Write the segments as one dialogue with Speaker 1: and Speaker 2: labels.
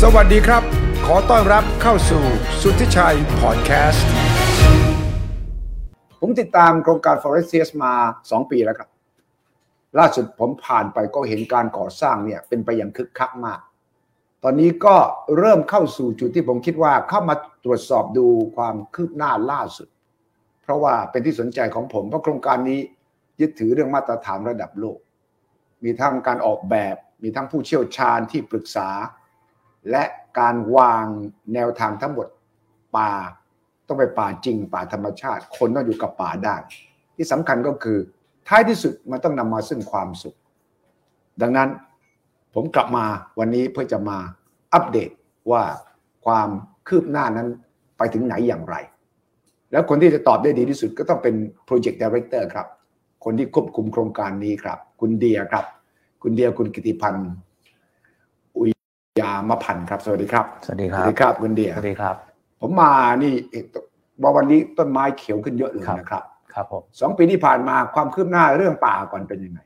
Speaker 1: สวัสดีครับ ขอต้อนรับเข้าสู่สุทธิชัยพอดแคสต์ ผมติดตามโครงการ Forestiers มา 2 ปีแล้วครับ ล่าสุดผมผ่านไปก็เห็นการก่อสร้างเนี่ยเป็นไปอย่างคึกคักมาก ตอนนี้ก็เริ่มเข้าสู่จุดที่ผมคิดว่าเข้ามาตรวจสอบดูความคืบหน้าล่าสุด เพราะว่าเป็นที่สนใจของผมเพราะโครงการนี้ยึดถือเรื่องมาตรฐานระดับโลก มีทั้งการออกแบบ มีทั้งผู้เชี่ยวชาญที่ปรึกษา และการวางแนวทางทั้งหมดป่า ต้องไปป่าจริง ป่าธรรมชาติ คนต้องอยู่กับป่าได้ ที่สำคัญก็คือ ท้ายที่สุดมันต้องนำมาซึ่งความสุข ดังนั้นผมกลับมาวันนี้เพื่อจะมาอัปเดตว่าความคืบหน้านั้นไปถึงไหนอย่างไร แล้วคนที่จะตอบได้ดีที่สุดก็ต้องเป็น Project Director ครับ คนที่ควบคุมโครงการนี้ครับ คุณเดียครับ คุณเดียคุณกิติพันธ์อุยยามพันธ์ครับ สวัสดีครับ
Speaker 2: สวัสดี
Speaker 1: ส
Speaker 2: ค
Speaker 1: วัส
Speaker 2: รับ
Speaker 1: ดีครับคุณเดีย
Speaker 2: สวัสดีครับ
Speaker 1: ผมมานี่เอ่อว่าวันนี้ต้นไม้เขียวขึ้นเยอะเลย
Speaker 2: ครับ
Speaker 1: นะครับ
Speaker 2: ครับผม
Speaker 1: สองปีที่ผ่านมาความคืบหน้าเรื่องป่าก่อนเป็นยังไง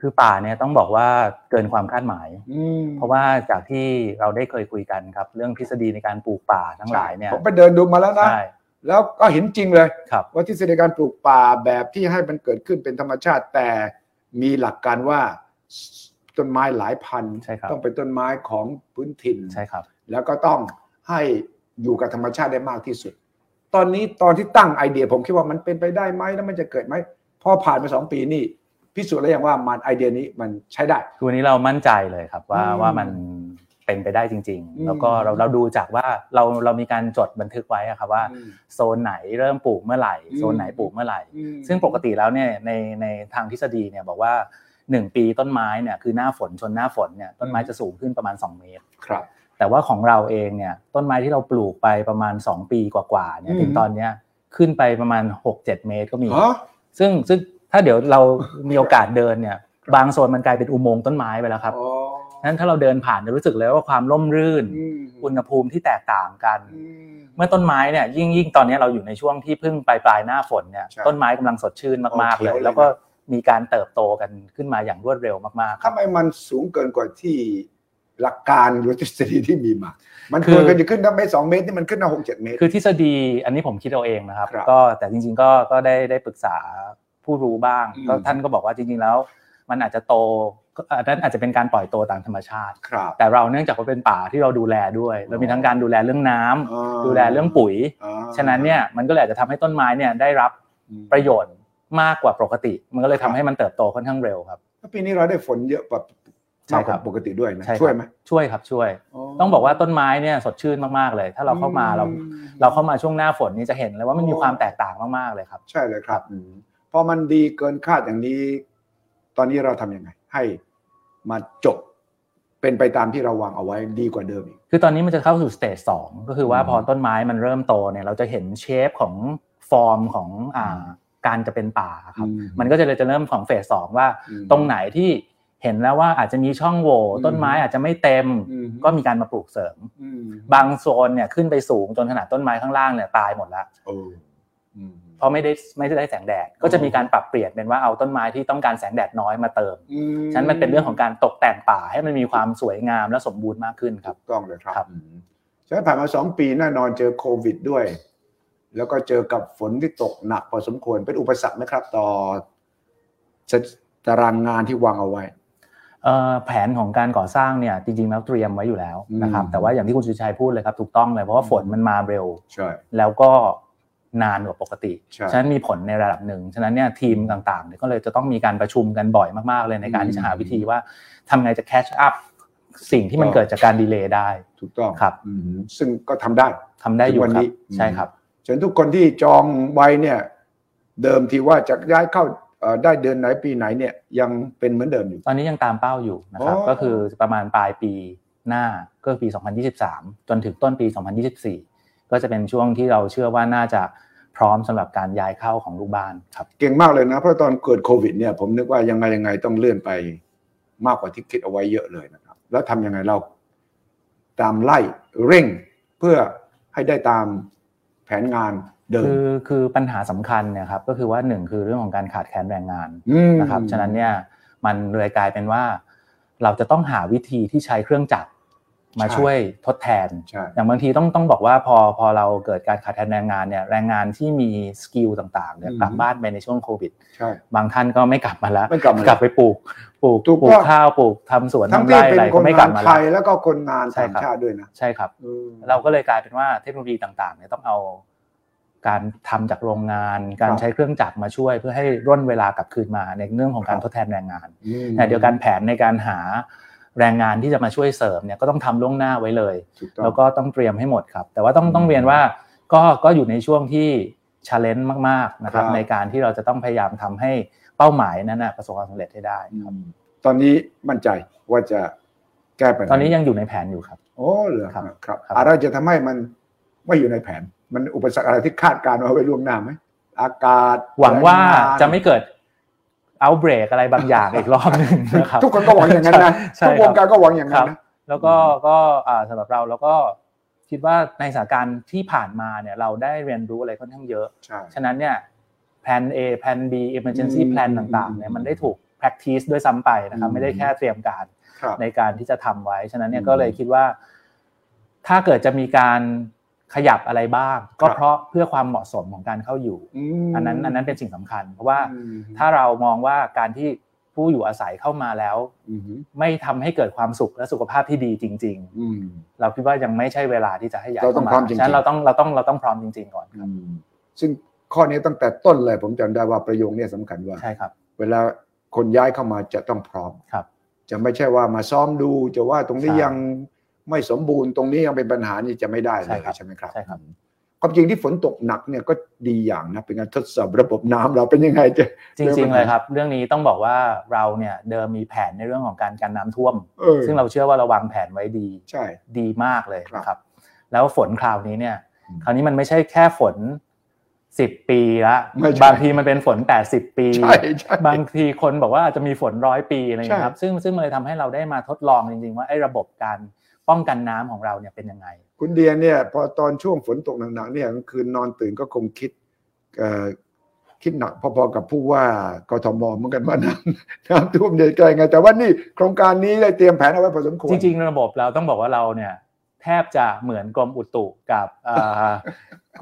Speaker 2: คือป่าเนี่ยต้องบอกว่าเกินความคาดหมาย
Speaker 1: อืม
Speaker 2: เพราะว่าจากที่เราได้เคยคุยกันครับ เรื่องทฤษฎีในการปลูกป่าทั้งหลายเนี่ย
Speaker 1: ผมไปเดินดูมาแล้วนะ
Speaker 2: ใช่
Speaker 1: แล้วก็เห็นจริงเลย
Speaker 2: ครับ
Speaker 1: ว่าทฤษฎีการปลูกป่าแบบที่ให้มันเกิดขึ้นเป็นธรรมชาติ แต่มีหลักการว่าสต้นไม้หลายพัน
Speaker 2: ใช่ครับ
Speaker 1: ต้องเป็นต้นไม้ของพื้นถิ่น
Speaker 2: ใช่ครับ
Speaker 1: แล้วก็ต้องให้อยู่กับธรรมชาติได้มากที่สุด ตอนนี้ตอนที่ตั้งไอเดียผมคิดว่ามันเป็นไปได้ไหมแล้วมันจะเกิดไหมพอผ่านมาสองปีนี่พิสูจน์แล้วยังว่ามันไอเดียนี้มันใช้ได้
Speaker 2: คือวันนี้เรามั่นใจเลยครับว่า
Speaker 1: อืม
Speaker 2: ว่ามันเป็นไปได้จริง
Speaker 1: อืม
Speaker 2: ๆ แล้วก็เราเราดูจากว่าเราเรามีการจดบันทึกไว้อะครับว่า
Speaker 1: อืม
Speaker 2: โซนไหนเริ่มปลูกเมื่อไหร่
Speaker 1: อืม
Speaker 2: โซนไหนปลูกเมื่อไหร่
Speaker 1: อืม
Speaker 2: ซึ่งปกติแล้วเนี่ยในในทางทฤษฎีเนี่ยบอกว่า 1 ปีต้นไม้เนี่ยคือหน้าฝนชนหน้าฝนเนี่ยต้นไม้จะสูงขึ้นประมาณ 2 เมตร
Speaker 1: ครับ
Speaker 2: แต่ว่าของเราเองเนี่ยต้นไม้ที่เราปลูกไปประมาณ 2 ปีกว่าๆเนี่ย
Speaker 1: อืม
Speaker 2: ถึงตอนเนี้ยขึ้นไปประมาณ 6-7 เมตรก็มี
Speaker 1: ฮะ
Speaker 2: ซึ่งซึ่งถ้าเดี๋ยวเรามีโอกาสเดินเนี่ยบางโซนมันกลายเป็นอุโมงค์ต้นไม้ไปแล้วครับ
Speaker 1: อ๋อ
Speaker 2: นั้นถ้าเราเดินผ่านจะรู้สึกเลยว่าความร่มรื่น
Speaker 1: อืม
Speaker 2: อุณหภูมิที่แตกต่างกัน
Speaker 1: อืม
Speaker 2: เมื่อต้นไม้เนี่ยยิ่งยิ่งตอนนี้เราอยู่ในช่วงที่เพิ่งปลายปลายหน้าฝนเนี่ย
Speaker 1: ใช่
Speaker 2: ต้นไม้กำลังสดชื่นมาก
Speaker 1: โอ
Speaker 2: ๆ
Speaker 1: เค
Speaker 2: เลย
Speaker 1: เลย
Speaker 2: แล้วก็มีการเติบโตกันขึ้นมาอย่างรวดเร็วมากๆครับ
Speaker 1: ทำไมมันสูงเกินกว่าที่หลักการหรือทฤษฎีที่มีมา มัน
Speaker 2: คื
Speaker 1: คว
Speaker 2: อ
Speaker 1: รกันจะขึ้นถ้าเมตรสองเมตรนี่มันขึ้นมาหกเจ็ดเมตร
Speaker 2: คือทฤษฎีอันนี้ผมคิดเอาเองนะครับ
Speaker 1: ครับ
Speaker 2: ก็แต่จริงๆก็ก็ได้ได้ปรึกษาผู้รู้บ้าง
Speaker 1: อืม
Speaker 2: ก็ท่านก็บอกว่าจริงๆแล้ว มันอาจจะโตก็อันนั้นอาจจะเป็นการปล่อยโตตามธรรมชาติ
Speaker 1: ครับ
Speaker 2: แต่เราเนื่องจากว่าเป็นป่าที่เราดูแลด้วยเรามีทั้งการดูแลเรื่องน้ำ
Speaker 1: อ่า
Speaker 2: ดูแลเรื่องปุ๋ย
Speaker 1: อ่า
Speaker 2: ฉะนั้นเนี่ยมันก็เลยอาจจะทำให้ต้นไม้เนี่ยได้รับ
Speaker 1: อืม
Speaker 2: ประโยชน์มากกว่าปกติ มันก็เลย
Speaker 1: ครั
Speaker 2: ทำ
Speaker 1: บ
Speaker 2: ให้มันเติบโตค่อนข้างเร็วครับ
Speaker 1: แล้วปีนี้เราได้ฝนเยอะแบบ
Speaker 2: ใช่
Speaker 1: มาก
Speaker 2: ค
Speaker 1: ก
Speaker 2: รับ
Speaker 1: ว่าปกติด้วยนะ
Speaker 2: ใช่ครับ
Speaker 1: ช่วยไหม
Speaker 2: ช่วยครับช่วย ต้องบอกว่าต้นไม้เนี่ยสดชื่นมากๆเลย ถ้าเราเข้ามาเรา
Speaker 1: อื
Speaker 2: เราเข้ามาช่วงหน้าฝนนี่จะเห็นเลยว่ามันมี
Speaker 1: โอ้
Speaker 2: ความแตกต่างมากๆเลยครับ
Speaker 1: ใช่เลยครับอืมพอมันดีเกินคาดอย่างนี้ ตอนนี้เราทำยังไง ให้มาจบเป็นไปตามที่เราวางเอาไว้ดีกว่าเดิมอีก
Speaker 2: คือตอนนี้มันจะเข้าสู่สเตจสองก็คือว่า
Speaker 1: อืม
Speaker 2: พอต้นไม้มันเริ่มโตเนี่ยเราจะเห็นเชฟของฟอร์มของอ่า
Speaker 1: อืม
Speaker 2: การจะเป็นป่าครับ
Speaker 1: อืม
Speaker 2: มันก็จะเลยจะเริ่มของเฟสสองว่า
Speaker 1: อืม
Speaker 2: ตรงไหนที่เห็นแล้วว่าอาจจะมีช่องโหว่ต้นไม้อาจจะไม่เต็ม
Speaker 1: อืม
Speaker 2: ก็มีการมาปลูกเสริม
Speaker 1: อืม
Speaker 2: บางโซนเนี่ยขึ้นไปสูงจนขนาดต้นไม้ข้างล่างเนี่ยตายหมดละ
Speaker 1: โอ้อืม
Speaker 2: เพราะไม่ได้ไม่ได้แสงแดด ก็จะมีการปรับเปลี่ยนเป็นว่าเอาต้นไม้ที่ต้องการแสงแดดน้อยมาเติม
Speaker 1: อื
Speaker 2: ฉะนั้นมันเป็นเรื่องของการตกแต่งป่าให้มันมีความสวยงามและสมบูรณ์มากขึ้นครับ
Speaker 1: ถูกต้องเลยครับ
Speaker 2: ครับ
Speaker 1: อืมฉะนั้นผ่านมาสองปีแน่นอนเจอโควิดด้วย แล้วก็เจอกับฝนที่ตกหนักพอสมควรเป็นอุปสรรคไหมครับ ต่อตารางงานที่วางเอาไว้
Speaker 2: เอ่อแผนของการก่อสร้างเนี่ยจริงๆแล้วเตรียมไว้อยู่แล้วนะครับ
Speaker 1: อืม
Speaker 2: แต่ว่าอย่างที่คุณชูชัยพูดเลยครับถูกต้องเลยเพราะว่า
Speaker 1: อืม
Speaker 2: ฝนมันมาเร็ว
Speaker 1: ใช่
Speaker 2: แล้วก็นานกว่าปกติ
Speaker 1: ใช่
Speaker 2: ฉะนั้นมีผลในระดับหนึ่ง ฉะนั้นเนี่ยทีมต่างๆเนี่ยก็เลยจะต้องมีการประชุมกันบ่อยมากๆเลยในการ
Speaker 1: อืม
Speaker 2: ที่จะหาวิธีว่าทำไงจะแคชอัพสิ่งที่มั
Speaker 1: ค
Speaker 2: น
Speaker 1: รับ
Speaker 2: เกิดจากการดีเลย์ได้
Speaker 1: ถูกต้อง
Speaker 2: ครับ
Speaker 1: อืมซึ่งก็ทำได้
Speaker 2: ทำได้อยู่
Speaker 1: วัน
Speaker 2: ค
Speaker 1: นี้
Speaker 2: รับ
Speaker 1: อืม
Speaker 2: ใช่ครับ
Speaker 1: ฉะนั้นทุกคนที่จองไว้เนี่ย เดิมทีว่าจะย้ายเข้าเอ่อได้เดือนไหนปีไหนเนี่ย ยังเป็นเหมือนเดิมอยู่
Speaker 2: ตอนนี้ยังตามเป้าอยู่นะครับ
Speaker 1: อ๋อ
Speaker 2: ก็คือประมาณปลายปีหน้าก็คือปี 2023 จนถึงต้นปี 2024 ก็จะเป็นช่วงที่เราเชื่อว่าน่าจะพร้อมสำหรับการย้ายเข้าของลูกบ้านครับ
Speaker 1: เก่งมากเลยนะ เพราะตอนเกิดโควิดเนี่ยผมนึกว่ายังไงยังไงต้องเลื่อนไปมากกว่าที่คิดเอาไว้เยอะเลยนะครับ แล้วทำยังไงเราตามไล่เร่งเพื่อให้ได้ตามแผนงานเดิม
Speaker 2: คือคือปัญหาสำคัญเนะครับก็คือว่าหนึ่งคือเรื่องของการขาดแคลนแรงงาน
Speaker 1: ม
Speaker 2: นะครับฉะนั้นเนี่ยมันเลยกลายเป็นว่า เราจะต้องหาวิธีที่ใช้เครื่องจักร มาช่วยทดแทน
Speaker 1: ใช่
Speaker 2: อย่างบางทีต้องต้องบอกว่าพอพอเราเกิดการขาดแคลนแรงงานเนี่ยแรงงานที่มีสกิลต่างๆเนี่ยกลับบ้านไปในช่วงโควิด
Speaker 1: ใช่
Speaker 2: บางท่านก็ไม่กลับมาแล้ว
Speaker 1: ไม่กลับมา
Speaker 2: กลับไปปลูกปลูก
Speaker 1: ถูก
Speaker 2: ปลู
Speaker 1: ต้
Speaker 2: ก
Speaker 1: อง
Speaker 2: ข้าวปลูกทำสวน
Speaker 1: ทั้ง
Speaker 2: ทำ
Speaker 1: ที่
Speaker 2: ไร่
Speaker 1: เป็
Speaker 2: อะ
Speaker 1: น
Speaker 2: ไร
Speaker 1: ค
Speaker 2: ก็
Speaker 1: น
Speaker 2: ไม่ก
Speaker 1: งา
Speaker 2: ลับ
Speaker 1: น
Speaker 2: มา
Speaker 1: ไทย
Speaker 2: แล้ว
Speaker 1: แล้วก็คนงานต่างชาติด้วยนะ
Speaker 2: ใช่ครับ
Speaker 1: เออ
Speaker 2: เราก็เลยกลายเป็นว่าเทคโนโลยีต่างๆเนี่ยต้องเอาการทำจากโรงงาน กา
Speaker 1: ค
Speaker 2: ร
Speaker 1: รับ
Speaker 2: ใช้เครื่องจักรมาช่วย เพื่อให้ร่นเวลากลับคืนมาในเรื่องของการ
Speaker 1: ครับ
Speaker 2: ทดแทนแรงงาน
Speaker 1: อืม
Speaker 2: ขณะเดียวกันแผนในการหาแรงงานที่จะมาช่วยเสริมเนี่ยก็ต้องทำล่วงหน้าไว้เลย
Speaker 1: ถูกต้อง
Speaker 2: แล้วก็ต้องเตรียมให้หมดครับ แต่ว่าต้องต้อง
Speaker 1: อืม
Speaker 2: เรียนว่าก็ก็อยู่ในช่วงที่ชาเลนจ์มากๆนะครับ
Speaker 1: ครับ
Speaker 2: ในการที่เราจะต้องพยายามทำให้เป้าหมายนั้นนะประสบความสำเร็จให้ได้ครับ
Speaker 1: อืมตอนนี้มั่นใจว่าจะแก้ปัญหา
Speaker 2: ตอนนี้ยังอยู่ในแผนอยู่ครับ
Speaker 1: โอ้เหรอครับครับ
Speaker 2: ครับ
Speaker 1: อะไรจะทำให้มันไม่อยู่ในแผน มันอุปสรรคอะไรที่คาดการณ์เอาไว้ล่วงหน้าไหมอากาศ
Speaker 2: หวังว่า
Speaker 1: แรงงน
Speaker 2: จะไม่เกิด เอาเบรกอะไรบางอย่างอีกรอบหนึ่งนะครับ
Speaker 1: ทุกคนก็หวังอย่างนั้นนะ
Speaker 2: ใช่
Speaker 1: ทุกว
Speaker 2: ใช่ครับ
Speaker 1: งการก็หวังอย่าง
Speaker 2: ค
Speaker 1: นั้
Speaker 2: รั
Speaker 1: น
Speaker 2: บ
Speaker 1: นะ
Speaker 2: แล้วก็ก็อ่าสำหรับเราแล้วก็คิดว่าในสถานการณ์ที่ผ่านมาเนี่ยเราได้เรียนรู้อะไรค่อนข้างเยอะ
Speaker 1: ใช่
Speaker 2: ฉะนั้นเนี่ยแผน A แผน B emergency
Speaker 1: อืม
Speaker 2: plan ต่างๆเนี่ยมันได้ถูก practice ด้วยซ้ำไปนะครับ ไม่ได้แค่เตรียมการ
Speaker 1: ครับ
Speaker 2: ในการที่จะทำไว้ ฉะนั้นเนี่
Speaker 1: อื
Speaker 2: ย
Speaker 1: ม
Speaker 2: ก็เลยคิดว่า ถ้าเกิดจะมีการขยับอะไรบ้าง
Speaker 1: ครั
Speaker 2: ก็
Speaker 1: บ
Speaker 2: เพราะเพื่อความเหมาะสมของการเข้าอยู่
Speaker 1: ม
Speaker 2: อันนั้นอันนั้นเป็นสิ่งสำคัญ เพราะว่า
Speaker 1: อืม
Speaker 2: ถ้าเรามองว่าการที่ผู้อยู่อาศัยเข้ามาแล้ว
Speaker 1: อืม
Speaker 2: ไม่ทำให้เกิดความสุขและสุขภาพที่ดีจริง
Speaker 1: อืม
Speaker 2: ๆ เราคิดว่ายังไม่ใช่เวลาที่จะให้ย้าย
Speaker 1: เราต้องพ
Speaker 2: เข้า
Speaker 1: ร้อ
Speaker 2: มาม
Speaker 1: จริงๆ
Speaker 2: ฉะนั้นเราต้องเราต้องเราต้องพร้อมจริง ๆ ก่อนค
Speaker 1: อื
Speaker 2: รับ
Speaker 1: มซึ่งข้อนี้ตั้งแต่ต้นเลยผมจำได้ว่าประโยคเนี้สำคัญว่า
Speaker 2: ใช่ครับ
Speaker 1: เวลาคนย้ายเข้ามาจะต้องพร้อม
Speaker 2: ครับ
Speaker 1: จะไม่ใช่ว่ามาซ้อมดู จะว่าตรงนี้
Speaker 2: ใช่
Speaker 1: ยังไม่สมบูรณ์ตรงนี้ยังเป็นปัญหานี่จะไม่ได้เล
Speaker 2: ใช่
Speaker 1: ย
Speaker 2: ครับ
Speaker 1: ใช่ไหมครับ
Speaker 2: ใช่ครับ
Speaker 1: ความจริงที่ฝนตกหนักเนี่ยก็ดีอย่างนะเป็นการทดสอบระบบน้ำเราเป็นยังไงจะ
Speaker 2: จ
Speaker 1: เรื่
Speaker 2: ริ
Speaker 1: อง
Speaker 2: ง
Speaker 1: มัน
Speaker 2: ๆเลยครับ เรื่องนี้ต้องบอกว่าเราเนี่ยเดิมมีแผนในเรื่องของการกันน้ำท่วม
Speaker 1: เออ
Speaker 2: ซึ่งเราเชื่อว่าเราวางแผนไว้ดี
Speaker 1: ใช่
Speaker 2: ดีมากเลย
Speaker 1: ครับ
Speaker 2: นะครับ แล้วฝนคราวนี้เนี่ย
Speaker 1: อืม
Speaker 2: คราวนี้มันไม่ใช่แค่ฝนสิบปีละ
Speaker 1: ไม่ใช่
Speaker 2: บางทีมันเป็นฝนแปดสิบปี
Speaker 1: ใช่ใช่
Speaker 2: บางทีคนบอกว่าอาจจะมีฝนร้อยปีอะไรอย่างเงี้ย
Speaker 1: ใช่
Speaker 2: ครับซึ่งซึ่งมันเลยทำให้เราได้มาทดลองจริงๆ ว่าไอ้ระบบการป้องกันน้ำของเราเนี่ยเป็นยังไง
Speaker 1: คุณเดียเนี่ยพอตอนช่วงฝนตกหนักๆเนี่ยกลางคืนนอนตื่นก็คงคิดเอ่อคิดหนักพอๆกับผู้ว่ากทมเหมือนกันว่าน้ำ น้ำท่วมใหญ่ไกลไง แต่ว่านี่โครงการนี้ได้เตรียมแผนเอาไว้พอสมควร
Speaker 2: จริงๆ ระบบเราต้องบอกว่าเราเนี่ยแทบจะเหมือนกรมอุตุ กับเอ่อ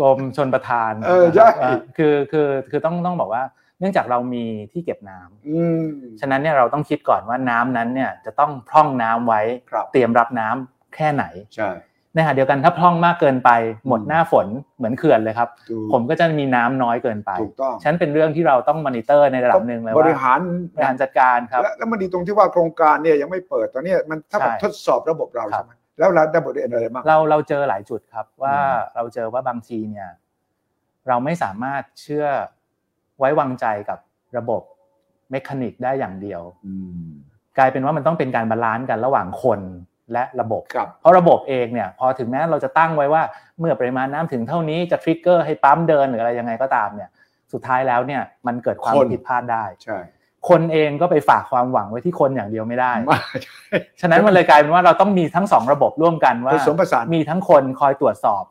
Speaker 2: กรมชนประทาน
Speaker 1: เออใช่
Speaker 2: เอ่อคือคือคือต้องต้องบอกว่า เนื่องจากเรามีที่เก็บน้ำ
Speaker 1: อืม
Speaker 2: ฉะนั้นเนี่ยเราต้องคิดก่อนว่าน้ำนั้นเนี่ยจะต้องพร่องน้ำไว้
Speaker 1: ครับ
Speaker 2: เตรียมรับน้ำแค่ไหน
Speaker 1: ใช่
Speaker 2: ในขณะเดียวกันถ้าพร่องมากเกินไปหมดหน้าฝนเหมือนเขื่อนเลยครับ
Speaker 1: ถูก
Speaker 2: ผมก็จะมีน้ำน้อยเกินไป
Speaker 1: ถูกต้อง
Speaker 2: ฉะนันเป็นเรื่องที่เราต้องมอนิเตอร์ในระดับหนึ่งเลย
Speaker 1: บ
Speaker 2: ว่า
Speaker 1: ริหาร
Speaker 2: บริหารจัดการครับ
Speaker 1: และแล้วมันดีตรงที่ว่าโครงการเนี่ยยังไม่เปิดตอนเนี้ยมันถ้ากับ
Speaker 2: ใช่
Speaker 1: ทดสอบระบบเรา
Speaker 2: ครั
Speaker 1: ใช่
Speaker 2: บ
Speaker 1: ไหมแล้วเราได้บทเรียนอะไรบ้าง
Speaker 2: เราเราเจอหลายจุดครับว่า
Speaker 1: อืม
Speaker 2: เราเจอว่าบางทีเนี่ยเราไม่สามารถเชื่อไว้วางใจกับระบบเมคานิกได้อย่างเดียว
Speaker 1: อืม
Speaker 2: กลายเป็นว่ามันต้องเป็นการบาลานซ์กันระหว่างคนและระบบ
Speaker 1: ครับ
Speaker 2: เพราะระบบเองเนี่ยพอถึงแม้เราจะตั้งไว้ว่าเมื่อปริมาณน้ำถึงเท่านี้จะทริกเกอร์ให้ปั๊มเดินหรืออะไรยังไงก็ตามเนี่ยสุดท้ายแล้วเนี่ยมันเกิดความ
Speaker 1: คน
Speaker 2: ผิดพลาดได้
Speaker 1: ใช่
Speaker 2: คนเองก็ไปฝากความหวังไว้ที่คนอย่างเดียวไม่ได้
Speaker 1: มา
Speaker 2: ฉะนั้นมันเลยกลายเป็นว่าเราต้องมีทั้งสองระบบร่วมกันว่า
Speaker 1: ผสมผสาน
Speaker 2: มีทั้งคนคอยตรวจสอบ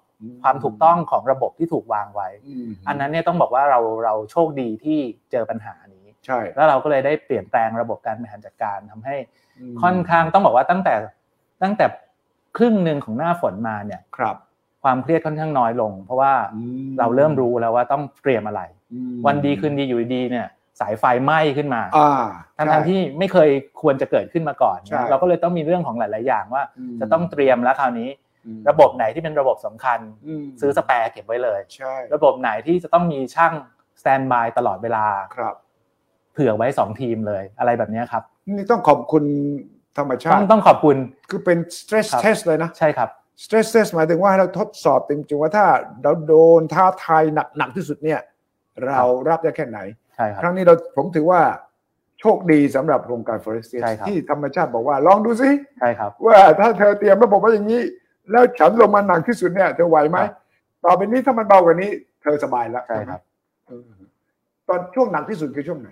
Speaker 2: ความถูกต้องของระบบที่ถูกวางไว้
Speaker 1: ม
Speaker 2: อันนั้นเนี่ยต้องบอกว่าเราเราโชคดีที่เจอปัญหานี้
Speaker 1: ใช่
Speaker 2: แล้วเราก็เลยได้เปลี่ยนแปลงระบบการบริหารจัดการทำให้
Speaker 1: ม
Speaker 2: ค่อนข้างต้องบอกว่าตั้งแต่ตั้งแต่ครึ่งหนึ่งของหน้าฝนมาเนี่ย
Speaker 1: ครับ
Speaker 2: ความเครียดค่อนข้างน้อยลง เพราะว่า
Speaker 1: อืม
Speaker 2: เราเริ่มรู้แล้วว่าต้องเตรียมอะไร
Speaker 1: อืม
Speaker 2: วันดีคืนดีอยู่ดีๆเนี่ยสายไฟไหม้ขึ้นมา
Speaker 1: อ่า
Speaker 2: ทั้ง
Speaker 1: ใช่
Speaker 2: ๆที่ไม่เคยควรจะเกิดขึ้นมาก่อน
Speaker 1: ใช่
Speaker 2: นะเราก็เลยต้องมีเรื่องของหลาย ๆ อย่างว่า
Speaker 1: ม
Speaker 2: จะต้องเตรียมแล้วคราวนี้
Speaker 1: อืม
Speaker 2: ระบบไหนที่เป็นระบบสำคัญ
Speaker 1: ม
Speaker 2: ซื้อสแปร์เก็บไว้เลย
Speaker 1: ใช่
Speaker 2: ระบบไหนที่จะต้องมีช่างสแตนบายตลอดเวลา
Speaker 1: ครับ
Speaker 2: เผื่อไว้สองทีมเลยอะไรแบบเนี้ยครับ
Speaker 1: นี่ต้องขอบคุณธรรมชา
Speaker 2: ต้อ
Speaker 1: ติ
Speaker 2: งต้องขอบคุณ
Speaker 1: คือเป็น stress
Speaker 2: ครับ
Speaker 1: test เลยนะ
Speaker 2: ใช่ครับ
Speaker 1: stress test หมายถึงว่าให้เราทดสอบจริงๆว่าถ้าเราโดนท้าทายหนักหนักที่สุดเนี่ย เรารับได้แค่ไหน
Speaker 2: ใช่ครับ
Speaker 1: ครั้งนี้เราผมถือว่าโชคดีสำหรับโครงการ forest
Speaker 2: ใช่ครับ
Speaker 1: ที่ธรรมชาติบอกว่าลองดูสิ
Speaker 2: ใช่ครับ
Speaker 1: ว่าถ้าเธอเตรียมระบบไว้อย่างนี้ แล้วฉันลงมาหนักที่สุดเนี่ยเธอไหวไหม
Speaker 2: ครับ
Speaker 1: ต่อไปนี้ถ้ามันเบากว่านี้ เธอสบายแล้ว
Speaker 2: ใช่ครับ
Speaker 1: เออตอนช่วงหนักที่สุดคือช่วงไหน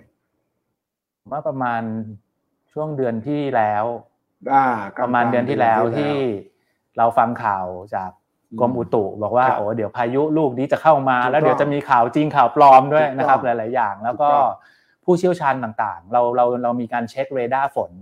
Speaker 2: ผมว่าประมาณช่วงเดือนที่แล้ว
Speaker 1: อ่า
Speaker 2: ประมาณเดือนที่แล้ว
Speaker 1: เดือน
Speaker 2: ที่เราฟังข่าวจากกรมอุตุบอกว่า
Speaker 1: ครับ
Speaker 2: โอ้เดี๋ยวพายุลูกนี้จะเข้ามา
Speaker 1: ถูกต้อง
Speaker 2: แล้วเดี๋ยวจะมีข่าวจริงข่าวปลอมด้วยนะครับ
Speaker 1: ถูก
Speaker 2: ห
Speaker 1: ต้อง
Speaker 2: ลาย ๆ อย่าง แล้ว
Speaker 1: ถู
Speaker 2: ก็
Speaker 1: กต้อ
Speaker 2: ผู้เชี่ยวชาญต่างๆ เราเราเรามีการเช็คเรดาร์ฝน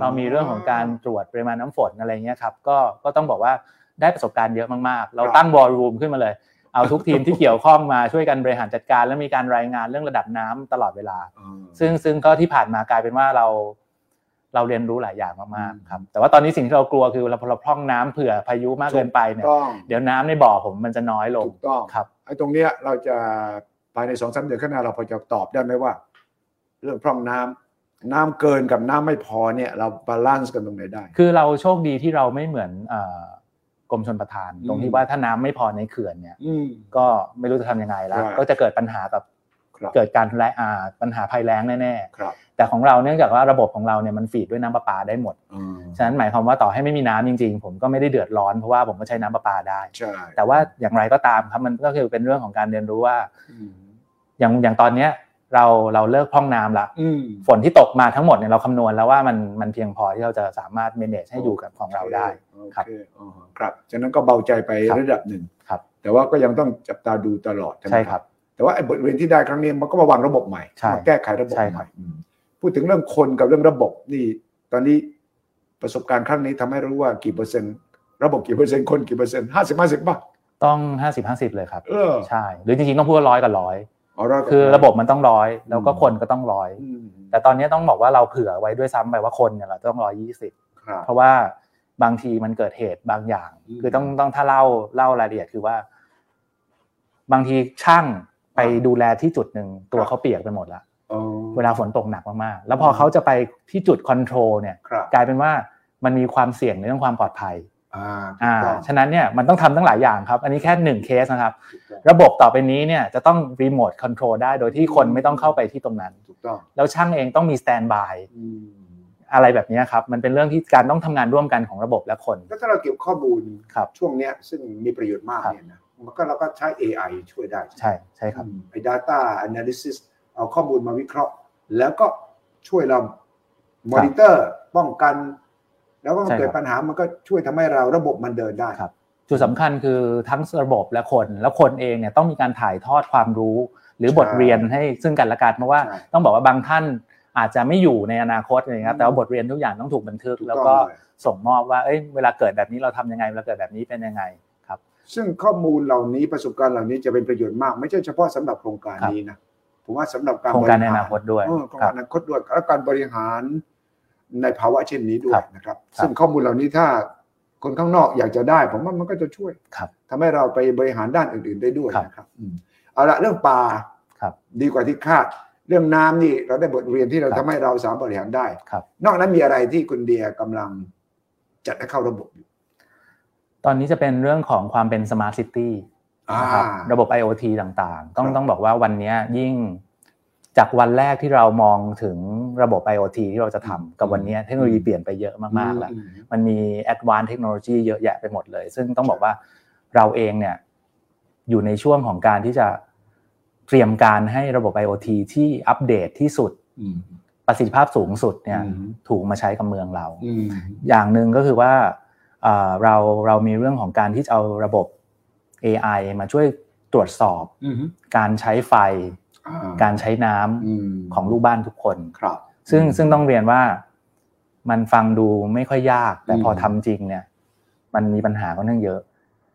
Speaker 2: เรามีเรื่องของการตรวจปริมาณน้ำฝนอะไรเงี้ยครับก็ก็ต้องบอกว่าได้ประสบการณ์เยอะมากๆ เราตั้งบอลรูมขึ้นมาเลย เอาทุกทีมที่เกี่ยวข้องมาช่วยกันบริหารจัดการ และมีการรายงานเรื่องระดับน้ำตลอดเวลา
Speaker 1: อ่า
Speaker 2: ซึ่งซึ่งก็ที่ผ่านมากลายเป็นว่าเราเราเรียนรู้หลายอย่างมาก
Speaker 1: อืม
Speaker 2: ๆครับ แต่ว่าตอนนี้สิ่งที่เรากลัวคือเราพอเราพร่องน้ำเผื่อพายุมากเกินไปเนี่ย
Speaker 1: ต้อง
Speaker 2: เดี๋ยวน้ำในบ่อผมมันจะน้อยลง
Speaker 1: ถูกต้อง
Speaker 2: ครับ
Speaker 1: ไอ้ตรงเนี้ยเราจะภายในสองสาเดือนข้างหน้าเราพอจะตอบได้ไหมว่า เรื่องพร่องน้ำน้ำเกินกับน้ำไม่พอเนี่ย เราบาลานซ์กันตรงไหนได้
Speaker 2: คือเราโชคดีที่เราไม่เหมือนเอ่อกรมชนประทาน
Speaker 1: อืม
Speaker 2: ตรงที่ว่าถ้าน้ำไม่พอในเขื่อนเนี่ย
Speaker 1: อืม
Speaker 2: ก็ไม่รู้จะทำยังไงแล้ว
Speaker 1: ครับ
Speaker 2: ก็จะเกิดปัญหากับ
Speaker 1: ครับ
Speaker 2: เกิดการแลอ่าปัญหาภัยแล้งแน่
Speaker 1: ครับ
Speaker 2: ๆ แต่ของเราเนื่องจากว่าระบบของเราเนี่ยมันฟีดด้วยน้ำประปาได้หมด
Speaker 1: อืม
Speaker 2: ฉะนั้นหมายความว่าต่อให้ไม่มีน้ำจริงๆ ผมก็ไม่ได้เดือดร้อนเพราะว่าผมก็ใช้น้ำประปาได้
Speaker 1: ใช่
Speaker 2: แต่ว่าอย่างไรก็ตามครับมันก็คือเป็นเรื่องของการเรียนรู้ว่า
Speaker 1: อืม
Speaker 2: อย่างอย่างตอนเนี้ยเราเราเลิกพร่องน้ำละ
Speaker 1: อืม
Speaker 2: ฝนที่ตกมาทั้งหมดเนี่ยเราคำนวณแล้วว่ามันมันเพียงพอที่เราจะสามารถ manage ให้อยู่กับของเราได้
Speaker 1: โอเค
Speaker 2: ครับ
Speaker 1: อ๋อครับฉะนั้นก็เบาใจไป
Speaker 2: ครับ
Speaker 1: ระดับหนึ่ง
Speaker 2: ครับ
Speaker 1: แต่ว่าก็ยังต้องจับตาดูตลอดไหม
Speaker 2: ใช่ครับ
Speaker 1: แต่ว่าไอ้บทเรียนที่ได้ครั้งนี้มันก็มาวางระบบใหม่
Speaker 2: ใช่
Speaker 1: มาแก้ไขระบบ
Speaker 2: ใช่
Speaker 1: ให
Speaker 2: ครั
Speaker 1: ม่
Speaker 2: บ
Speaker 1: อืมพูดถึงเรื่องคนกับเรื่องระบบนี่ ตอนนี้ประสบการณ์ครั้งนี้ทำให้รู้ว่ากี่เปอร์เซ็นต์ระบบกี่เปอร์เซ็นต์คนกี่เปอร์เซ็นต์ห้าสิบห้าสิบป่ะ
Speaker 2: ต้อง 50 50 เลยครับ
Speaker 1: เออ
Speaker 2: ใช่ หรือจริงๆต้องพูดว่าร้อยกับร้อย
Speaker 1: เาเาก็
Speaker 2: คือระบบมันต้องร้อย แล้วก็คนก็ต้องร้อย
Speaker 1: อืม
Speaker 2: แต่ตอนนี้ต้องบอกว่าเราเผื่อไว้ด้วยซ้ำไปว่าคนเนี่ยเราต้องร้อยยี่สิบ
Speaker 1: ครับ
Speaker 2: เพราะว่าบางทีมันเกิดเหตุบางอย่าง
Speaker 1: อืม
Speaker 2: คือต้องต้องถ้าเล่าเล่ารายละเอียดคือว่า บางทีช่างไปดูแลที่จุดหนึ่งตั
Speaker 1: ค
Speaker 2: ว
Speaker 1: รับ
Speaker 2: เขาเปียกไปหมดละ
Speaker 1: อ๋อ
Speaker 2: เวลาฝนตกหนักมากๆแล้วพอเขาจะไปที่จุดคอนโทรลเนี่ย
Speaker 1: ครับ
Speaker 2: กลายเป็นว่ามันมีความเสี่ยงในเรื่องความปลอดภัย
Speaker 1: อ่า
Speaker 2: อ่า
Speaker 1: ถูกต้อง
Speaker 2: ฉะนั้นเนี่ยมันต้องทำทั้งหลายอย่างครับ อันนี้แค่หนึ่งเคสนะครับ
Speaker 1: ถูกต้อง
Speaker 2: ระบบต่อไปนี้เนี่ยจะต้องรีโมทคอนโทรลได้โดยที่คนไม่ต้องเข้าไปที่ตรงนั้น
Speaker 1: ถูกต้อง
Speaker 2: แล้วช่างเองต้องมีสแตนบาย
Speaker 1: อืม
Speaker 2: อะไรแบบนี้ครับ มันเป็นเรื่องที่การต้องทำงานร่วมกันของระบบและคน
Speaker 1: แล้วถ้าเราเก็บข้อมูล
Speaker 2: ครับ
Speaker 1: ช่วงเนี้ยซึ่งมีประโยชน์มาก
Speaker 2: ครับ
Speaker 1: เนี่ยนะมันก็เราก็ใช้ AI ช่วยได้
Speaker 2: ใช่ใช่ครับ
Speaker 1: อืมไอ้ data analysis เอาข้อมูลมาวิเคราะห์ แล้วก็ช่วยเรา monitor ป้องกัน แล้วก็
Speaker 2: ใช่ครับ
Speaker 1: เกิดปัญหามันก็ช่วยทำให้เราระบบมันเดินได้
Speaker 2: จุดสำคัญคือทั้งระบบและคน แล้วคนเองเนี่ยต้องมีการถ่ายทอดความรู้ หรือบท
Speaker 1: ใช่
Speaker 2: เรียนให้ซึ่งกันและกันเพราะว่า
Speaker 1: ใช่
Speaker 2: ต้องบอกว่าบางท่านอาจจะไม่อยู่ในอนาคตอะไรเงี้ยครับ
Speaker 1: อืม
Speaker 2: แต่ว่าบทเรียนทุกอย่างต้องถูกบันทึก
Speaker 1: ถูกต้อง
Speaker 2: แล้วก็
Speaker 1: เลย
Speaker 2: ส่งมอบว่าเอ้ยเวลาเกิดแบบนี้เราทำยังไงเวลาเกิดแบบนี้เป็นยังไงครับ
Speaker 1: ซึ่งข้อมูลเหล่านี้ประสบการณ์เหล่านี้จะเป็นประโยชน์มาก ไม่ใช่เฉพาะสำหรับโครงการ
Speaker 2: ครับ
Speaker 1: นี้นะ ผมว่าสำหรับการ
Speaker 2: โครงการใน
Speaker 1: บห
Speaker 2: อนาคตด้วย
Speaker 1: เออโครง
Speaker 2: ค
Speaker 1: กา
Speaker 2: รั
Speaker 1: ร
Speaker 2: บ
Speaker 1: อนาคตด้วยและการบริหารในภาวะเช่นนี้ด้วย
Speaker 2: ครับ
Speaker 1: นะครับ
Speaker 2: ครับ
Speaker 1: ซึ่งข้อมูลเหล่านี้ถ้าคนข้างนอกอยากจะได้ ผมว่ามันก็จะช่วย
Speaker 2: ครับ
Speaker 1: ทำให้เราไปบริหารด้านอื่น ๆได้ด้วย
Speaker 2: ครับ
Speaker 1: นะครับอืมเอาละเรื่องป่า
Speaker 2: ครับ
Speaker 1: ดีกว่าที่คาด เรื่องน้ำนี่เราได้บทเรียนที่เรา
Speaker 2: ค
Speaker 1: ทำ
Speaker 2: รับ
Speaker 1: ให้เราสามารถบริหารได้
Speaker 2: ครับ
Speaker 1: นอกนั้นมีอะไรที่คุณเดียกำลังจัดให้เข้าระบบอยู่
Speaker 2: ตอนนี้จะเป็นเรื่องของความเป็นสมาร์ทซิตี้นะครับ
Speaker 1: อ่า
Speaker 2: ระบบ IoT ต่างๆ ต้อง
Speaker 1: ครับ
Speaker 2: ต้องบอกว่าวันเนี้ยยิ่งจากวันแรกที่เรามองถึงระบบ IoT ที่เราจะทำกับ
Speaker 1: อืม
Speaker 2: วันเนี้ยเทคโนโลยีเปลี่ยนไปเยอะมากๆแล้ว
Speaker 1: อืม
Speaker 2: มันมี advanced technology เยอะแยะไปหมดเลย ซึ่งต้องบอกว่าเราเองเนี่ยอยู่ในช่วงของการที่จะเตรียมการให้ระบบ IoT ที่อัปเดตที่สุด
Speaker 1: อืม
Speaker 2: ประสิทธิภาพสูงสุดเนี่ย
Speaker 1: อืม
Speaker 2: ถูกมาใช้กับเมืองเรา
Speaker 1: อืม
Speaker 2: อย่างหนึ่งก็คือว่าเอ่อเราเรามีเรื่องของการที่จะเอาระบบ AI มาช่วยตรวจสอบ
Speaker 1: อืม
Speaker 2: การใช้ไฟ
Speaker 1: อ่
Speaker 2: การใช้น้ำ
Speaker 1: อืม
Speaker 2: ของลูกบ้านทุกคน
Speaker 1: ครับ
Speaker 2: ซึ่งซึ่งต้องเรียนว่ามันฟังดูไม่ค่อยยาก แต่พอ
Speaker 1: อืม
Speaker 2: ทำจริงเนี่ย มันมีปัญหาค่อนข้างเยอะ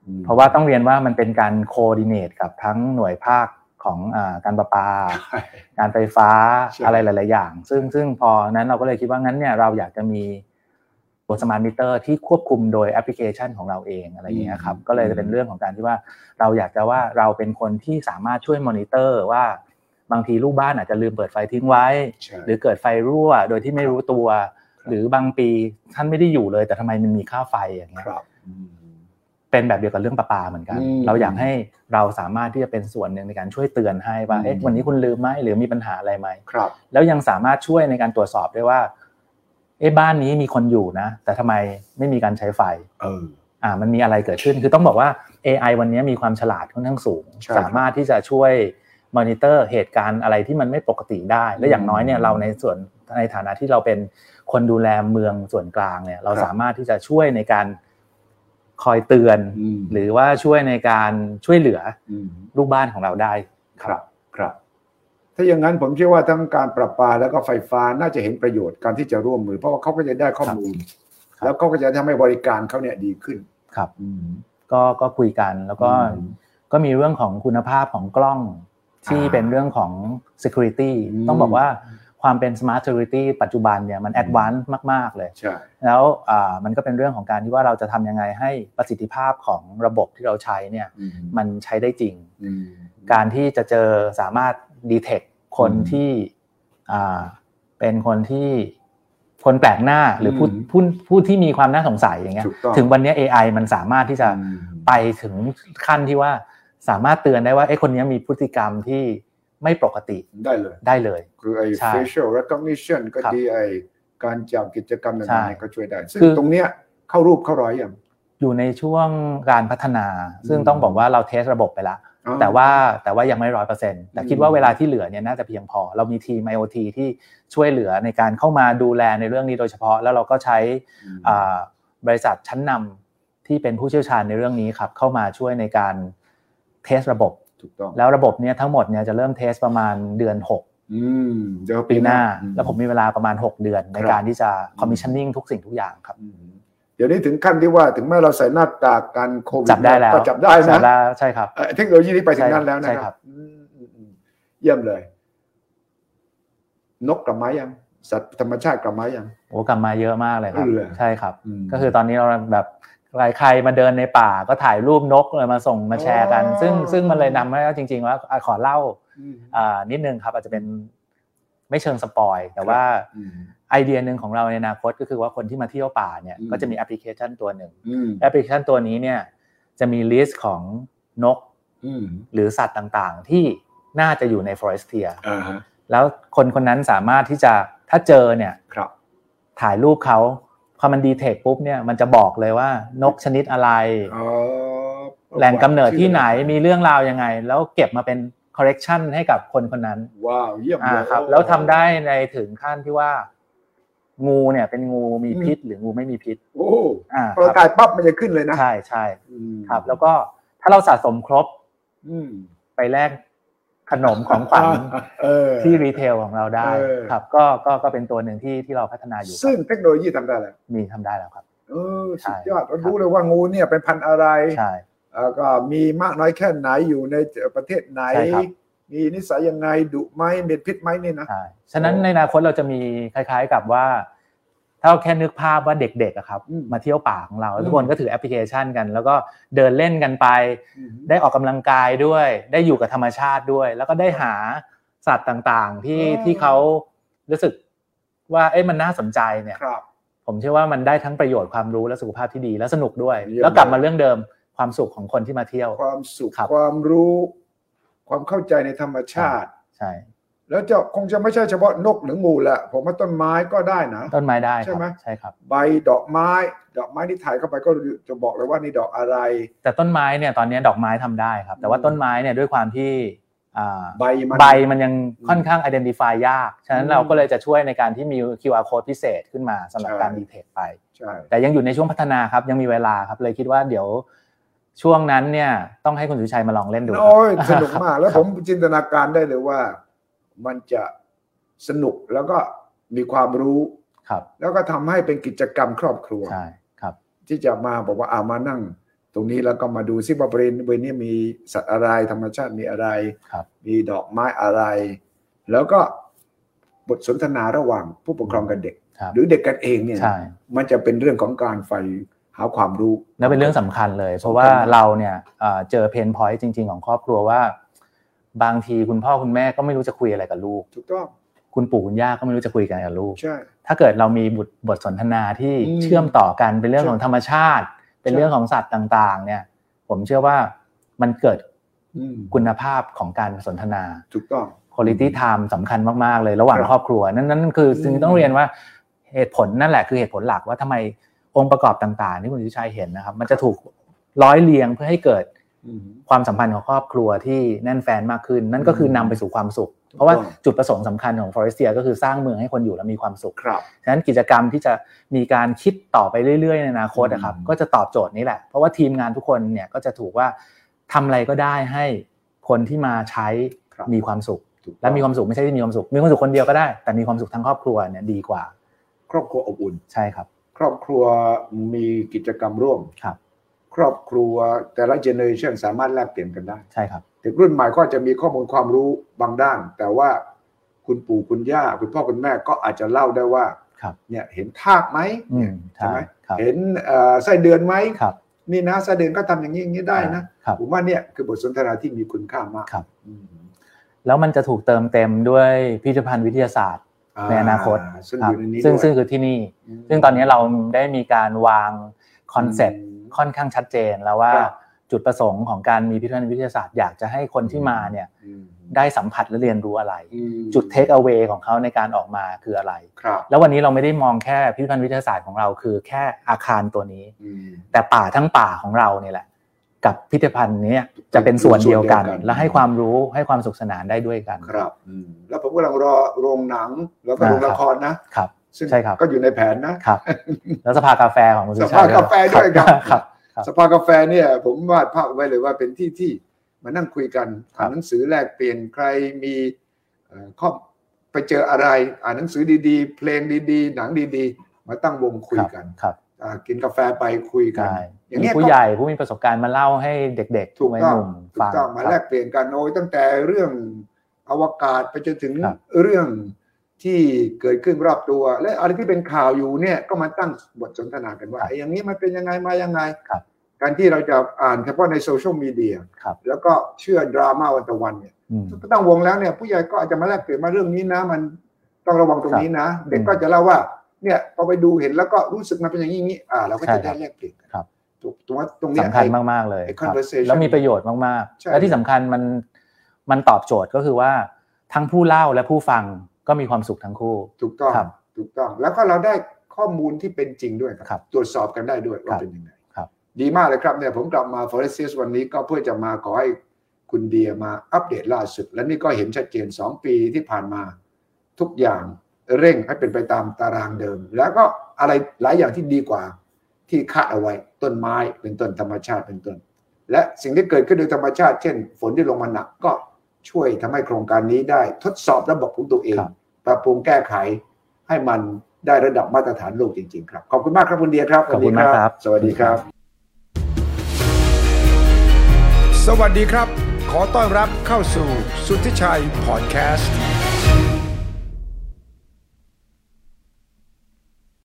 Speaker 1: อืม
Speaker 2: เพราะว่าต้องเรียนว่ามันเป็นการโคดิเนตกับทั้งหน่วยภาคของอาการประปา การไฟฟ้า
Speaker 1: ใช่
Speaker 2: อะไรหลาย ๆ อย่าง ซึ่งซึ่งพอนั้นเราก็เลยคิดว่างั้นเนี่ยเราอยากจะมีตัวสมาร์ทมิเตอร์ที่ควบคุมโดยแอปพลิเคชันของเราเองอะไรอย่างเงี้ยครับก็เลยจะเป็นเรื่องของการที่ว่าเราอยากจะว่าเราเป็นคนที่สามารถช่วยมอนิเตอร์ว่าบางทีลูกบ้านอาจจะลืมเปิดไฟทิ้งไว้
Speaker 1: ใช่
Speaker 2: หรือเกิดไฟรั่วโดยที่ไม่รู้ตัว
Speaker 1: ครับ
Speaker 2: หรือบางปีท่านไม่ได้อยู่เลย แต่ทำไมมันมีค่าไฟอย่างเงี้ย
Speaker 1: ครับอืม
Speaker 2: เป็นแบบเดียวกับเรื่องประปาเหมือนกัน
Speaker 1: อืม
Speaker 2: เราอยากให้เราสามารถที่จะเป็นส่วนหนึ่งในการช่วยเตือนให้ว่า
Speaker 1: อืม
Speaker 2: เอ๊ะ วันนี้คุณลืมไหมหรือมีปัญหาอะไรไหม
Speaker 1: ครับ
Speaker 2: แล้วยังสามารถช่วยในการตรวจสอบได้ว่า เอ๊ะ บ้านนี้มีคนอยู่นะ แต่ทำไมไม่มีการใช้ไฟ
Speaker 1: เออ
Speaker 2: อ่า มันมีอะไรเกิดขึ้น คือต้องบอกว่า AI วันนี้มีความฉลาดค่อนข้างสูง
Speaker 1: ใช่ครับ
Speaker 2: สามารถที่จะช่วยมอนิเตอร์เหตุการณ์อะไรที่มันไม่ปกติได้ และอย่างน้อยเนี่ย เราในส่วนในฐานะที่เราเป็นคนดูแลเมืองส่วนกลางเนี่ย เรา
Speaker 1: ครับ
Speaker 2: สามารถที่จะช่วยในการคอยเตือน
Speaker 1: ม
Speaker 2: หรือว่าช่วยในการช่วยเหลือ
Speaker 1: อืม
Speaker 2: ลูกบ้านของเราได้
Speaker 1: ครับ ครับ ถ้าอย่างนั้นผมเชื่อว่าทั้งการประปาแล้วก็ไฟฟ้าน่าจะเห็นประโยชน์การที่จะร่วมมือ เพราะว่าเขาก็จะได้ข้อมูล
Speaker 2: ครับ
Speaker 1: แล้วเขาก็จะทำให้บริการเขาเนี่ยดีขึ้น
Speaker 2: ครับก็ก็คุยกันแล้วก็
Speaker 1: อืม
Speaker 2: ก็มีเรื่องของคุณภาพของกล้องที่
Speaker 1: อ่า
Speaker 2: เป็นเรื่องของ security
Speaker 1: อืม
Speaker 2: ต้องบอกว่าความเป็น smart security ปัจจุบันเนี่ยมัน advanced มาก ๆ เลย
Speaker 1: ใช่
Speaker 2: แล้วอ่ามันก็เป็นเรื่องของการที่ว่าเราจะทำยังไงให้ประสิทธิภาพของระบบที่เราใช้เนี่ย
Speaker 1: อืม
Speaker 2: มันใช้ได้จริง
Speaker 1: อืม
Speaker 2: การที่จะเจอสามารถ detect คน
Speaker 1: อืม
Speaker 2: ที่อ่าเป็นคนที่คนแปลกหน้าหรือผู้
Speaker 1: อืม
Speaker 2: ผู้ผู้ที่มีความน่าสงสัยอย่างเงี้ย
Speaker 1: ถูกต้อง
Speaker 2: ถึงวันเนี้ย AI มันสามารถที่จะ
Speaker 1: อืม
Speaker 2: ไปถึงขั้นที่ว่าสามารถเตือนได้ว่าไอ้ยคนเนี้ยมีพฤติกรรมที่ไม่ปกติ
Speaker 1: ได้เลย
Speaker 2: ได้เลย
Speaker 1: คือไอ้
Speaker 2: ใช่
Speaker 1: facial recognition ก็
Speaker 2: ครับ
Speaker 1: ดีไอ้การจับกิจกรรม
Speaker 2: ใช่
Speaker 1: ต่างๆก็ช่วยได้ ซึ่ง
Speaker 2: คือ
Speaker 1: ตรงเนี้ยเข้ารูปเข้ารอยอย่าง
Speaker 2: อยู่ในช่วงการพัฒนา ซึ่ง
Speaker 1: อืม
Speaker 2: ต้องบอกว่าเราเทสระบบไปละ
Speaker 1: อ๋อ
Speaker 2: แต่ว่าแต่ว่ายังไม่ร้อยเปอร์เซ็นต์แต่คิด
Speaker 1: อืม
Speaker 2: ว่าเวลาที่เหลือเนี่ยน่าจะเพียงพอ เรามีทีม IoT ที่ช่วยเหลือในการเข้ามาดูแลในเรื่องนี้โดยเฉพาะ แล้วเราก็ใช้
Speaker 1: อืม
Speaker 2: อ่าบริษัทชั้นนำที่เป็นผู้เชี่ยวชาญในเรื่องนี้ครับเข้ามาช่วยในการเทสระบบ
Speaker 1: ถูกต้อง
Speaker 2: แล้วระบบเนี่ยทั้งหมดเนี่ยจะเริ่มเทสประมาณเดือน
Speaker 1: อืมเดี๋ยว
Speaker 2: 6 ปีหน้า
Speaker 1: อื
Speaker 2: แล้วผมมีเวลาประมาณ 6 เดือน ใน
Speaker 1: ครับ
Speaker 2: การที่จะคอมมิชชั่นนิ่งทุกสิ่งทุกอย่างครับ
Speaker 1: อืมเดี๋ยวนี้ถึงขั้นที่ว่าถึงแม้เราใส่หน้ากากกันโควิด
Speaker 2: จับได้แล้ว
Speaker 1: ก็จับได้
Speaker 2: จั
Speaker 1: นะ
Speaker 2: บได้ใช่ครับ
Speaker 1: เอ่อเทคโนโลยีนี้ไปถึง
Speaker 2: ใช่
Speaker 1: นั้นแล้วนะ
Speaker 2: ใช่
Speaker 1: ค
Speaker 2: ครั
Speaker 1: รับบ อืมอืมอืมเยี่ยมเลย นกกลับมายังสัตว์ธรรมชาติกลับมายัง
Speaker 2: โอ้กลับมาเยอะมากเลยครับ
Speaker 1: เออ
Speaker 2: ใช่ครับ
Speaker 1: ม
Speaker 2: ก็คือตอนนี้เราแบบใครใครมาเดินในป่าก็ถ่ายรูปนกเลยมาส่งมาแชร์กัน
Speaker 1: อ๋อ
Speaker 2: ซึ่งซึ่งมันเลยนำให้ว่าจริง ๆ ว่าอ่ะขอเล่า
Speaker 1: อืม
Speaker 2: อ่านิดนึงครับ อาจจะเป็นไม่เชิงสปอยแต่ว่า
Speaker 1: อืม
Speaker 2: ไอเดียหนึ่งของเราในอนาคตก็คือว่าคนที่มาเที่ยวป่าเนี่ย
Speaker 1: อืม
Speaker 2: ก็จะมีแอปพลิเคชันตัวหนึ่ง
Speaker 1: อืม
Speaker 2: แอปพลิเคชันตัวนี้เนี่ยจะมีลิสต์ของนก
Speaker 1: อืม
Speaker 2: หรือสัตว์ต่างๆ ที่น่าจะอยู่ใน Forestia
Speaker 1: อ่าฮะ
Speaker 2: แล้วคนคนนั้นสามารถที่จะถ้าเจอเนี่ย
Speaker 1: ครับ
Speaker 2: ถ่ายรูปเขาพอมันดีเทคปุ๊บเนี่ยมันจะบอกเลยว่านกชนิดอะไร
Speaker 1: อ๋อ
Speaker 2: แหล่งกำเนิดที่ไหนมีเรื่องราวยังไง แล้วเก็บมาเป็น correction ให้กับคนคนนั้น
Speaker 1: ว้าวเยี่ยม
Speaker 2: อ่า
Speaker 1: เลย
Speaker 2: ครับ แล้วทำได้ในถึงขั้นที่ว่า งูเนี่ยเป็นงูมีพิษ หรืองูไม่มีพิษ
Speaker 1: โอ้โห
Speaker 2: อ่า
Speaker 1: พอเรา
Speaker 2: ค
Speaker 1: ถ่า
Speaker 2: รับ
Speaker 1: ยปั๊บมันจะขึ้นเลยนะ
Speaker 2: ใช่ใช่
Speaker 1: อืม
Speaker 2: ครับ แล้วก็ถ้าเราสะสมครบ
Speaker 1: อืม
Speaker 2: ไปแลกขนมของขวัญ
Speaker 1: เออ
Speaker 2: ที่รีเทลของเราได้
Speaker 1: เออ
Speaker 2: ครับก็ก็ก็เป็นตัวหนึ่งที่ที่เราพัฒนาอยู่ค
Speaker 1: ซึ่ง
Speaker 2: รับ
Speaker 1: เทคโนโลยีทำได้แล้ว
Speaker 2: มีทำได้แล้วครับ
Speaker 1: เออสุด
Speaker 2: ใช่
Speaker 1: ยอด
Speaker 2: ครับ
Speaker 1: เรารู้เลยว่างูเนี่ยเป็นพันธุ์อะไร
Speaker 2: ใช่
Speaker 1: เอ่อก็มีมากน้อยแค่ไหนอยู่ในประเทศไหน
Speaker 2: ใช่ครับ
Speaker 1: มีนิสัยยังไงดุไหมเม็ดพิษไหมเนี่ยนะ
Speaker 2: ใช่ฉะนั้น
Speaker 1: โอ้
Speaker 2: ในอนาคตเราจะมีคล้ายๆกับว่า ถ้าเราแค่นึกภาพว่าเด็กๆอะครับ
Speaker 1: อืม
Speaker 2: มาเที่ยวป่าของเรา
Speaker 1: อืม
Speaker 2: ทุกคนก็ถือแอปพลิเคชันกัน แล้วก็เดินเล่นกันไป ได้ออกกำลังกายด้วย ได้อยู่กับธรรมชาติด้วย แล้วก็ได้หาสัตว์ต่างๆ ที่
Speaker 1: อ๋อ
Speaker 2: ที่เขารู้สึกว่าเอ๊ะมันน่าสนใจเนี่ย
Speaker 1: ครับ
Speaker 2: ผมเชื่อว่ามันได้ทั้งประโยชน์ความรู้และสุขภาพที่ดีและสนุกด้วย
Speaker 1: เยี่ยม
Speaker 2: แล้วกลับมาเรื่องเดิมความสุขของคนที่มาเที่ยว
Speaker 1: ความสุข
Speaker 2: ครับ
Speaker 1: ความรู้ ความเข้าใจในธรรมชาติ
Speaker 2: ใช่
Speaker 1: แล้วจะคงจะไม่ใช่เฉพาะนกหรืองูแหละผมว่าต้นไม้ก็ได้นะ
Speaker 2: ต้นไม้ได้ค
Speaker 1: ใช่
Speaker 2: รับ
Speaker 1: ไหม
Speaker 2: ใช่ครับ
Speaker 1: ใบดอกไม้ ดอกไม้ที่ถ่ายเข้าไปก็จะบอกเลยว่านี่ดอกอะไร
Speaker 2: แต่ต้นไม้เนี่ยตอนนี้ดอกไม้ทำได้ครับ แต่ว่า
Speaker 1: อืม
Speaker 2: ต้นไม้เนี่ยด้วยความที่อ่า
Speaker 1: ใบมัน
Speaker 2: ใบมันยัง
Speaker 1: อืม
Speaker 2: ค่อนข้าง identify ยาก ฉะนั้
Speaker 1: อื
Speaker 2: น
Speaker 1: ม
Speaker 2: เราก็เลยจะช่วยในการที่มี QR code พิเศษขึ้นมาสำหรับ
Speaker 1: ใช่
Speaker 2: การดีเทคไป
Speaker 1: ใช่
Speaker 2: แต่ยังอยู่ในช่วงพัฒนาครับ ยังมีเวลาครับเลยคิดว่าเดี๋ยวช่วงนั้นเนี่ยต้องให้คุณสุชัยมาลองเล่นดูครับ
Speaker 1: โอ้ยสนุกมาก แล้ว
Speaker 2: ค
Speaker 1: ผ
Speaker 2: รับ
Speaker 1: มจินตนาการได้เลยว่ามันจะสนุกแล้วก็มีความรู้
Speaker 2: ครับ
Speaker 1: แล้วก็ทำให้เป็นกิจกรรมครอบครัว
Speaker 2: ใช่ครับ
Speaker 1: ที่จะมาบอกว่าอามานั่ง ตรงนี้แล้วก็มาดูซิว่าบริเวณบริเวณนี้มีสัตว์อะไร ธรรมชาติมีอะไร
Speaker 2: ครับ
Speaker 1: มีดอกไม้อะไร แล้วก็บทสนทนาระหว่างผู้ปกครองกับเด็ก
Speaker 2: ครับ
Speaker 1: หรือเด็กกันเองเนี่ย
Speaker 2: ใช่
Speaker 1: มันจะเป็นเรื่องของการไฟหาความรู้
Speaker 2: แล้วเป็นเรื่องสำคัญเลย เพราะว่า
Speaker 1: สำคัญมาก
Speaker 2: เราเนี่ยเอ่อเจอเพนพอยต์จริง ๆ ของครอบครัวว่า บางทีคุณพ่อคุณแม่ก็ไม่รู้จะคุยอะไรกับลูก
Speaker 1: ถูกต้อง
Speaker 2: คุณปู่คุณย่าก็ไม่รู้จะคุยกันกับลูก
Speaker 1: ใช่
Speaker 2: ถ้าเกิดเรามีบทบทสนทนาที่
Speaker 1: อืม
Speaker 2: เชื่อมต่อกันเป็นเรื่อง
Speaker 1: ใช่
Speaker 2: ของธรรมชาติ เป็น
Speaker 1: ใช่
Speaker 2: เรื่องของสัตว์ต่างๆ เนี่ย ผมเชื่อว่ามันเกิด
Speaker 1: อืม
Speaker 2: คุณภาพของการสนทนา
Speaker 1: ถูกต้อง
Speaker 2: Quality Time สำคัญมาก ๆ เลยระหว่าง
Speaker 1: ครับ
Speaker 2: ครอบครัว นั่นนั่นคือ
Speaker 1: ม
Speaker 2: จึงต้องเรียนว่าเหตุผลนั่นแหละคือเหตุผลหลักว่าทำไมองค์ประกอบต่างๆ ที่คุณวิชัยเห็นนะครับ มันจะถูกร้อยเรียงเพื่อให้เกิด
Speaker 1: อืม
Speaker 2: ความสัมพันธ์ของครอบครัวที่แน่นแฟนมากขึ้น นั่นก็คือ
Speaker 1: ม
Speaker 2: นำไปสู่ความสุข
Speaker 1: ถูก
Speaker 2: เพราะว่า
Speaker 1: ต้อง
Speaker 2: จุดประสงค์สำคัญของ Forestia ก็คือสร้างเมืองให้คนอยู่และมีความสุข
Speaker 1: ครับ
Speaker 2: ฉะนั้นกิจกรรมที่จะมีการคิดต่อไปเรื่อยๆ ในอนาคตนะครับ
Speaker 1: อืม
Speaker 2: ก็จะตอบโจทย์นี้แหละ เพราะว่าทีมงานทุกคนเนี่ยก็จะถูกว่าทำอะไรก็ได้ให้คนที่มาใช้
Speaker 1: ครับ
Speaker 2: มีความสุข
Speaker 1: ถูกต้อง
Speaker 2: และมีความสุขไม่ใช่ที่มีความสุข มีความสุขคนเดียวก็ได้ แต่มีความสุขทั้งครอบครัวเนี่ยดีกว่า
Speaker 1: ครอบครัวอบอุ่น
Speaker 2: ใช่ครับ
Speaker 1: ครอบครัวมีกิจกรรมร่วม
Speaker 2: ครับ
Speaker 1: ครอบครัวแต่ละเจเนอเรชันสามารถแลกเปลี่ยนกันได้
Speaker 2: ใช่ครับ
Speaker 1: เด็กรุ่นใหม่ก็อาจจะมีข้อมูลความรู้บางด้าน แต่ว่าคุณปู่คุณย่าคุณพ่อคุณแม่ก็อาจจะเล่าได้ว่า
Speaker 2: ครับ
Speaker 1: เนี่ยเห็นทากไหม
Speaker 2: อืม
Speaker 1: ใช่
Speaker 2: ใช่
Speaker 1: ไหม
Speaker 2: ครับ
Speaker 1: เห็นเอ่อไส้เดือนไหม
Speaker 2: ครับ
Speaker 1: นี่นะไส้เดือนก็ทำอย่างนี้อย่างนี้ได้นะครับ ผมว่าเนี่ยคือบทสนทนาที่มีคุณค่ามาก
Speaker 2: ครับ
Speaker 1: อืม
Speaker 2: แล้วมันจะถูกเติมเต็มด้วยพิพิธภัณฑ์วิทยาศาสตร์ ในอนาคต
Speaker 1: ซึ่ง
Speaker 2: ค
Speaker 1: อ
Speaker 2: รับ
Speaker 1: ยู่ในนี้
Speaker 2: ซึ่ง
Speaker 1: ด้วย
Speaker 2: ซึ่งคือที่นี่
Speaker 1: ม
Speaker 2: ซึ่งตอนนี้เราได้มีการวางคอนเซปต์ค่อนข้างชัดเจนแล้วว่า
Speaker 1: ครับ
Speaker 2: จุดประสงค์ของการมีพิพิธภัณฑ์วิทยาศาสตร์อยากจะให้คนที่มาเนี่ย
Speaker 1: อืม
Speaker 2: ได้สัมผัสและเรียนรู้อะไร
Speaker 1: อืม
Speaker 2: จุดเทคเอา a y ของเขาในการออกมาคืออะไร
Speaker 1: ครับ
Speaker 2: แล้ววันนี้เราไม่ได้มองแค่พิพิธภัณฑ์วิทยาศาสตร์ของเราคือแค่อาคารตัวนี้
Speaker 1: อืม
Speaker 2: แต่ป่าทั้งป่าของเราเนี่ยแหละ กับพิพิธภัณฑ์เนี้ยจะเป็นส่วนเดียวกัน
Speaker 1: ส่วนเดียวกัน
Speaker 2: และให้ความรู้ให้ความสุขสนานได้ด้วยกัน
Speaker 1: ครับอืมแล้วผมกำลังรอโรงหนังแล้วก็
Speaker 2: อ่า
Speaker 1: โรงละ
Speaker 2: ครับ
Speaker 1: ครนะครับ ซึ่ง
Speaker 2: ใช่ครับ
Speaker 1: ก็อยู่ในแผนนะ
Speaker 2: ครับ แล้วสภากาแฟของคุณสุชา
Speaker 1: ส
Speaker 2: ติ
Speaker 1: ภากาแฟด้วยครับ
Speaker 2: ครับ ครับ
Speaker 1: สภากาแฟเนี่ยผมวาดภาพไว้เลยว่าเป็นที่ที่มานั่งคุยกัน
Speaker 2: ครับ
Speaker 1: อ่านหนังสือแลกเปลี่ยนใครมีเอ่อข้อไปเจออะไร อ่านหนังสือดีๆ เพลงดีๆ หนังดีๆ มาตั้งวงคุยกัน
Speaker 2: ครับ
Speaker 1: อ่ากินกาแฟไปคุยกัน
Speaker 2: ใช่
Speaker 1: อย่างเงี้
Speaker 2: มี
Speaker 1: ย
Speaker 2: ผู้
Speaker 1: ก็
Speaker 2: ใหญ่ผู้มีประสบการณ์มาเล่าให้เด็ก
Speaker 1: ถู
Speaker 2: ๆ
Speaker 1: ก
Speaker 2: วัย
Speaker 1: ต้อง
Speaker 2: หนุ่ม
Speaker 1: ถู
Speaker 2: ฟั
Speaker 1: ก
Speaker 2: ง
Speaker 1: ต้องมา
Speaker 2: ค
Speaker 1: แล
Speaker 2: รับ
Speaker 1: กเปลี่ยนกันโอ้ยตั้งแต่เรื่องอวกาศไปจนถึง
Speaker 2: ครับ
Speaker 1: เรื่องที่เกิดขึ้นรอบตัว และอะไรที่เป็นข่าวอยู่เนี่ยก็มาตั้งบทสนทนากันว่า
Speaker 2: ครับ
Speaker 1: ไอ้อย่างนี้มันเป็นยังไงมายังไง
Speaker 2: ครับ
Speaker 1: การที่เราจะอ่านเฉพาะในโซเชียลมีเดีย
Speaker 2: ครับ
Speaker 1: แล้วก็เชื่อดราม่าวันตะวันเนี่ย
Speaker 2: อืม
Speaker 1: ก็ตั้งวงแล้วเนี่ยผู้ใหญ่ก็อาจจะมาแลกเปลี่ยนมาเรื่องนี้นะ มันต้องระวังตรงนี้นะ เด็กก็จะเล่าว่าเนี่ยพอไปดูเห็นแล้วก็รู้สึกมันเป็นอย่างนี้อย่างนี้อ่า เราก็จะ
Speaker 2: ใช่ครั
Speaker 1: ได้
Speaker 2: บ
Speaker 1: แลกเปลี่ยนกัน
Speaker 2: ครับ
Speaker 1: ถูกตรงว่าตรงเนี้ย
Speaker 2: สำคัญ
Speaker 1: ไอ้
Speaker 2: มาก ๆ เลย
Speaker 1: ไอ้
Speaker 2: ครับ
Speaker 1: conversation
Speaker 2: แล้วมีประโยชน์มาก
Speaker 1: ใช่
Speaker 2: ๆ และที่สำคัญมันมันตอบโจทย์ก็คือว่าทั้งผู้เล่าและผู้ฟังก็มีความสุขทั้งคู่
Speaker 1: ถูกต้อง
Speaker 2: ครับ
Speaker 1: ถูกต้องแล้วก็เราได้ข้อมูลที่เป็นจริงด้วยครับ
Speaker 2: ครับ
Speaker 1: ตรวจสอบกันได้ด้วย
Speaker 2: ครั
Speaker 1: ว่า
Speaker 2: บ
Speaker 1: เป็นยังไง
Speaker 2: ครับ
Speaker 1: ดีมากเลยครับเนี่ยผมกลับมา f o r e s t i s วันนี้ก็เพื่อจะมาขอให้คุณเดียมาอัปเดตล่าสุด และนี่ก็เห็นชัดเจน 2 ปีที่ผ่านมาทุกอย่างเร่งให้เป็นไปตามตารางเดิม แล้วก็อะไรหลายอย่างที่ดีกว่าที่คาดเอาไว้ต้นไม้เป็นต้นธรรมชาติเป็นต้น และสิ่งที่เกิดขึ้นโดยธรรมชาติ เช่น ฝนที่ลงมาหนักก็ช่วยทำให้โครงการนี้ได้ทดสอบระบบของตัวเอง
Speaker 2: ครับ
Speaker 1: ปรับปรุงแก้ไขให้มันได้ระดับมาตรฐานโลกจริงๆครับ ขอบคุณมากครับคุณเดียครับ
Speaker 2: ขอบคุณมากครับ
Speaker 1: สวัสดีครับ สวัสดีครับ ขอต้อนรับเข้าสู่สุทธิชัยพอดแคสต์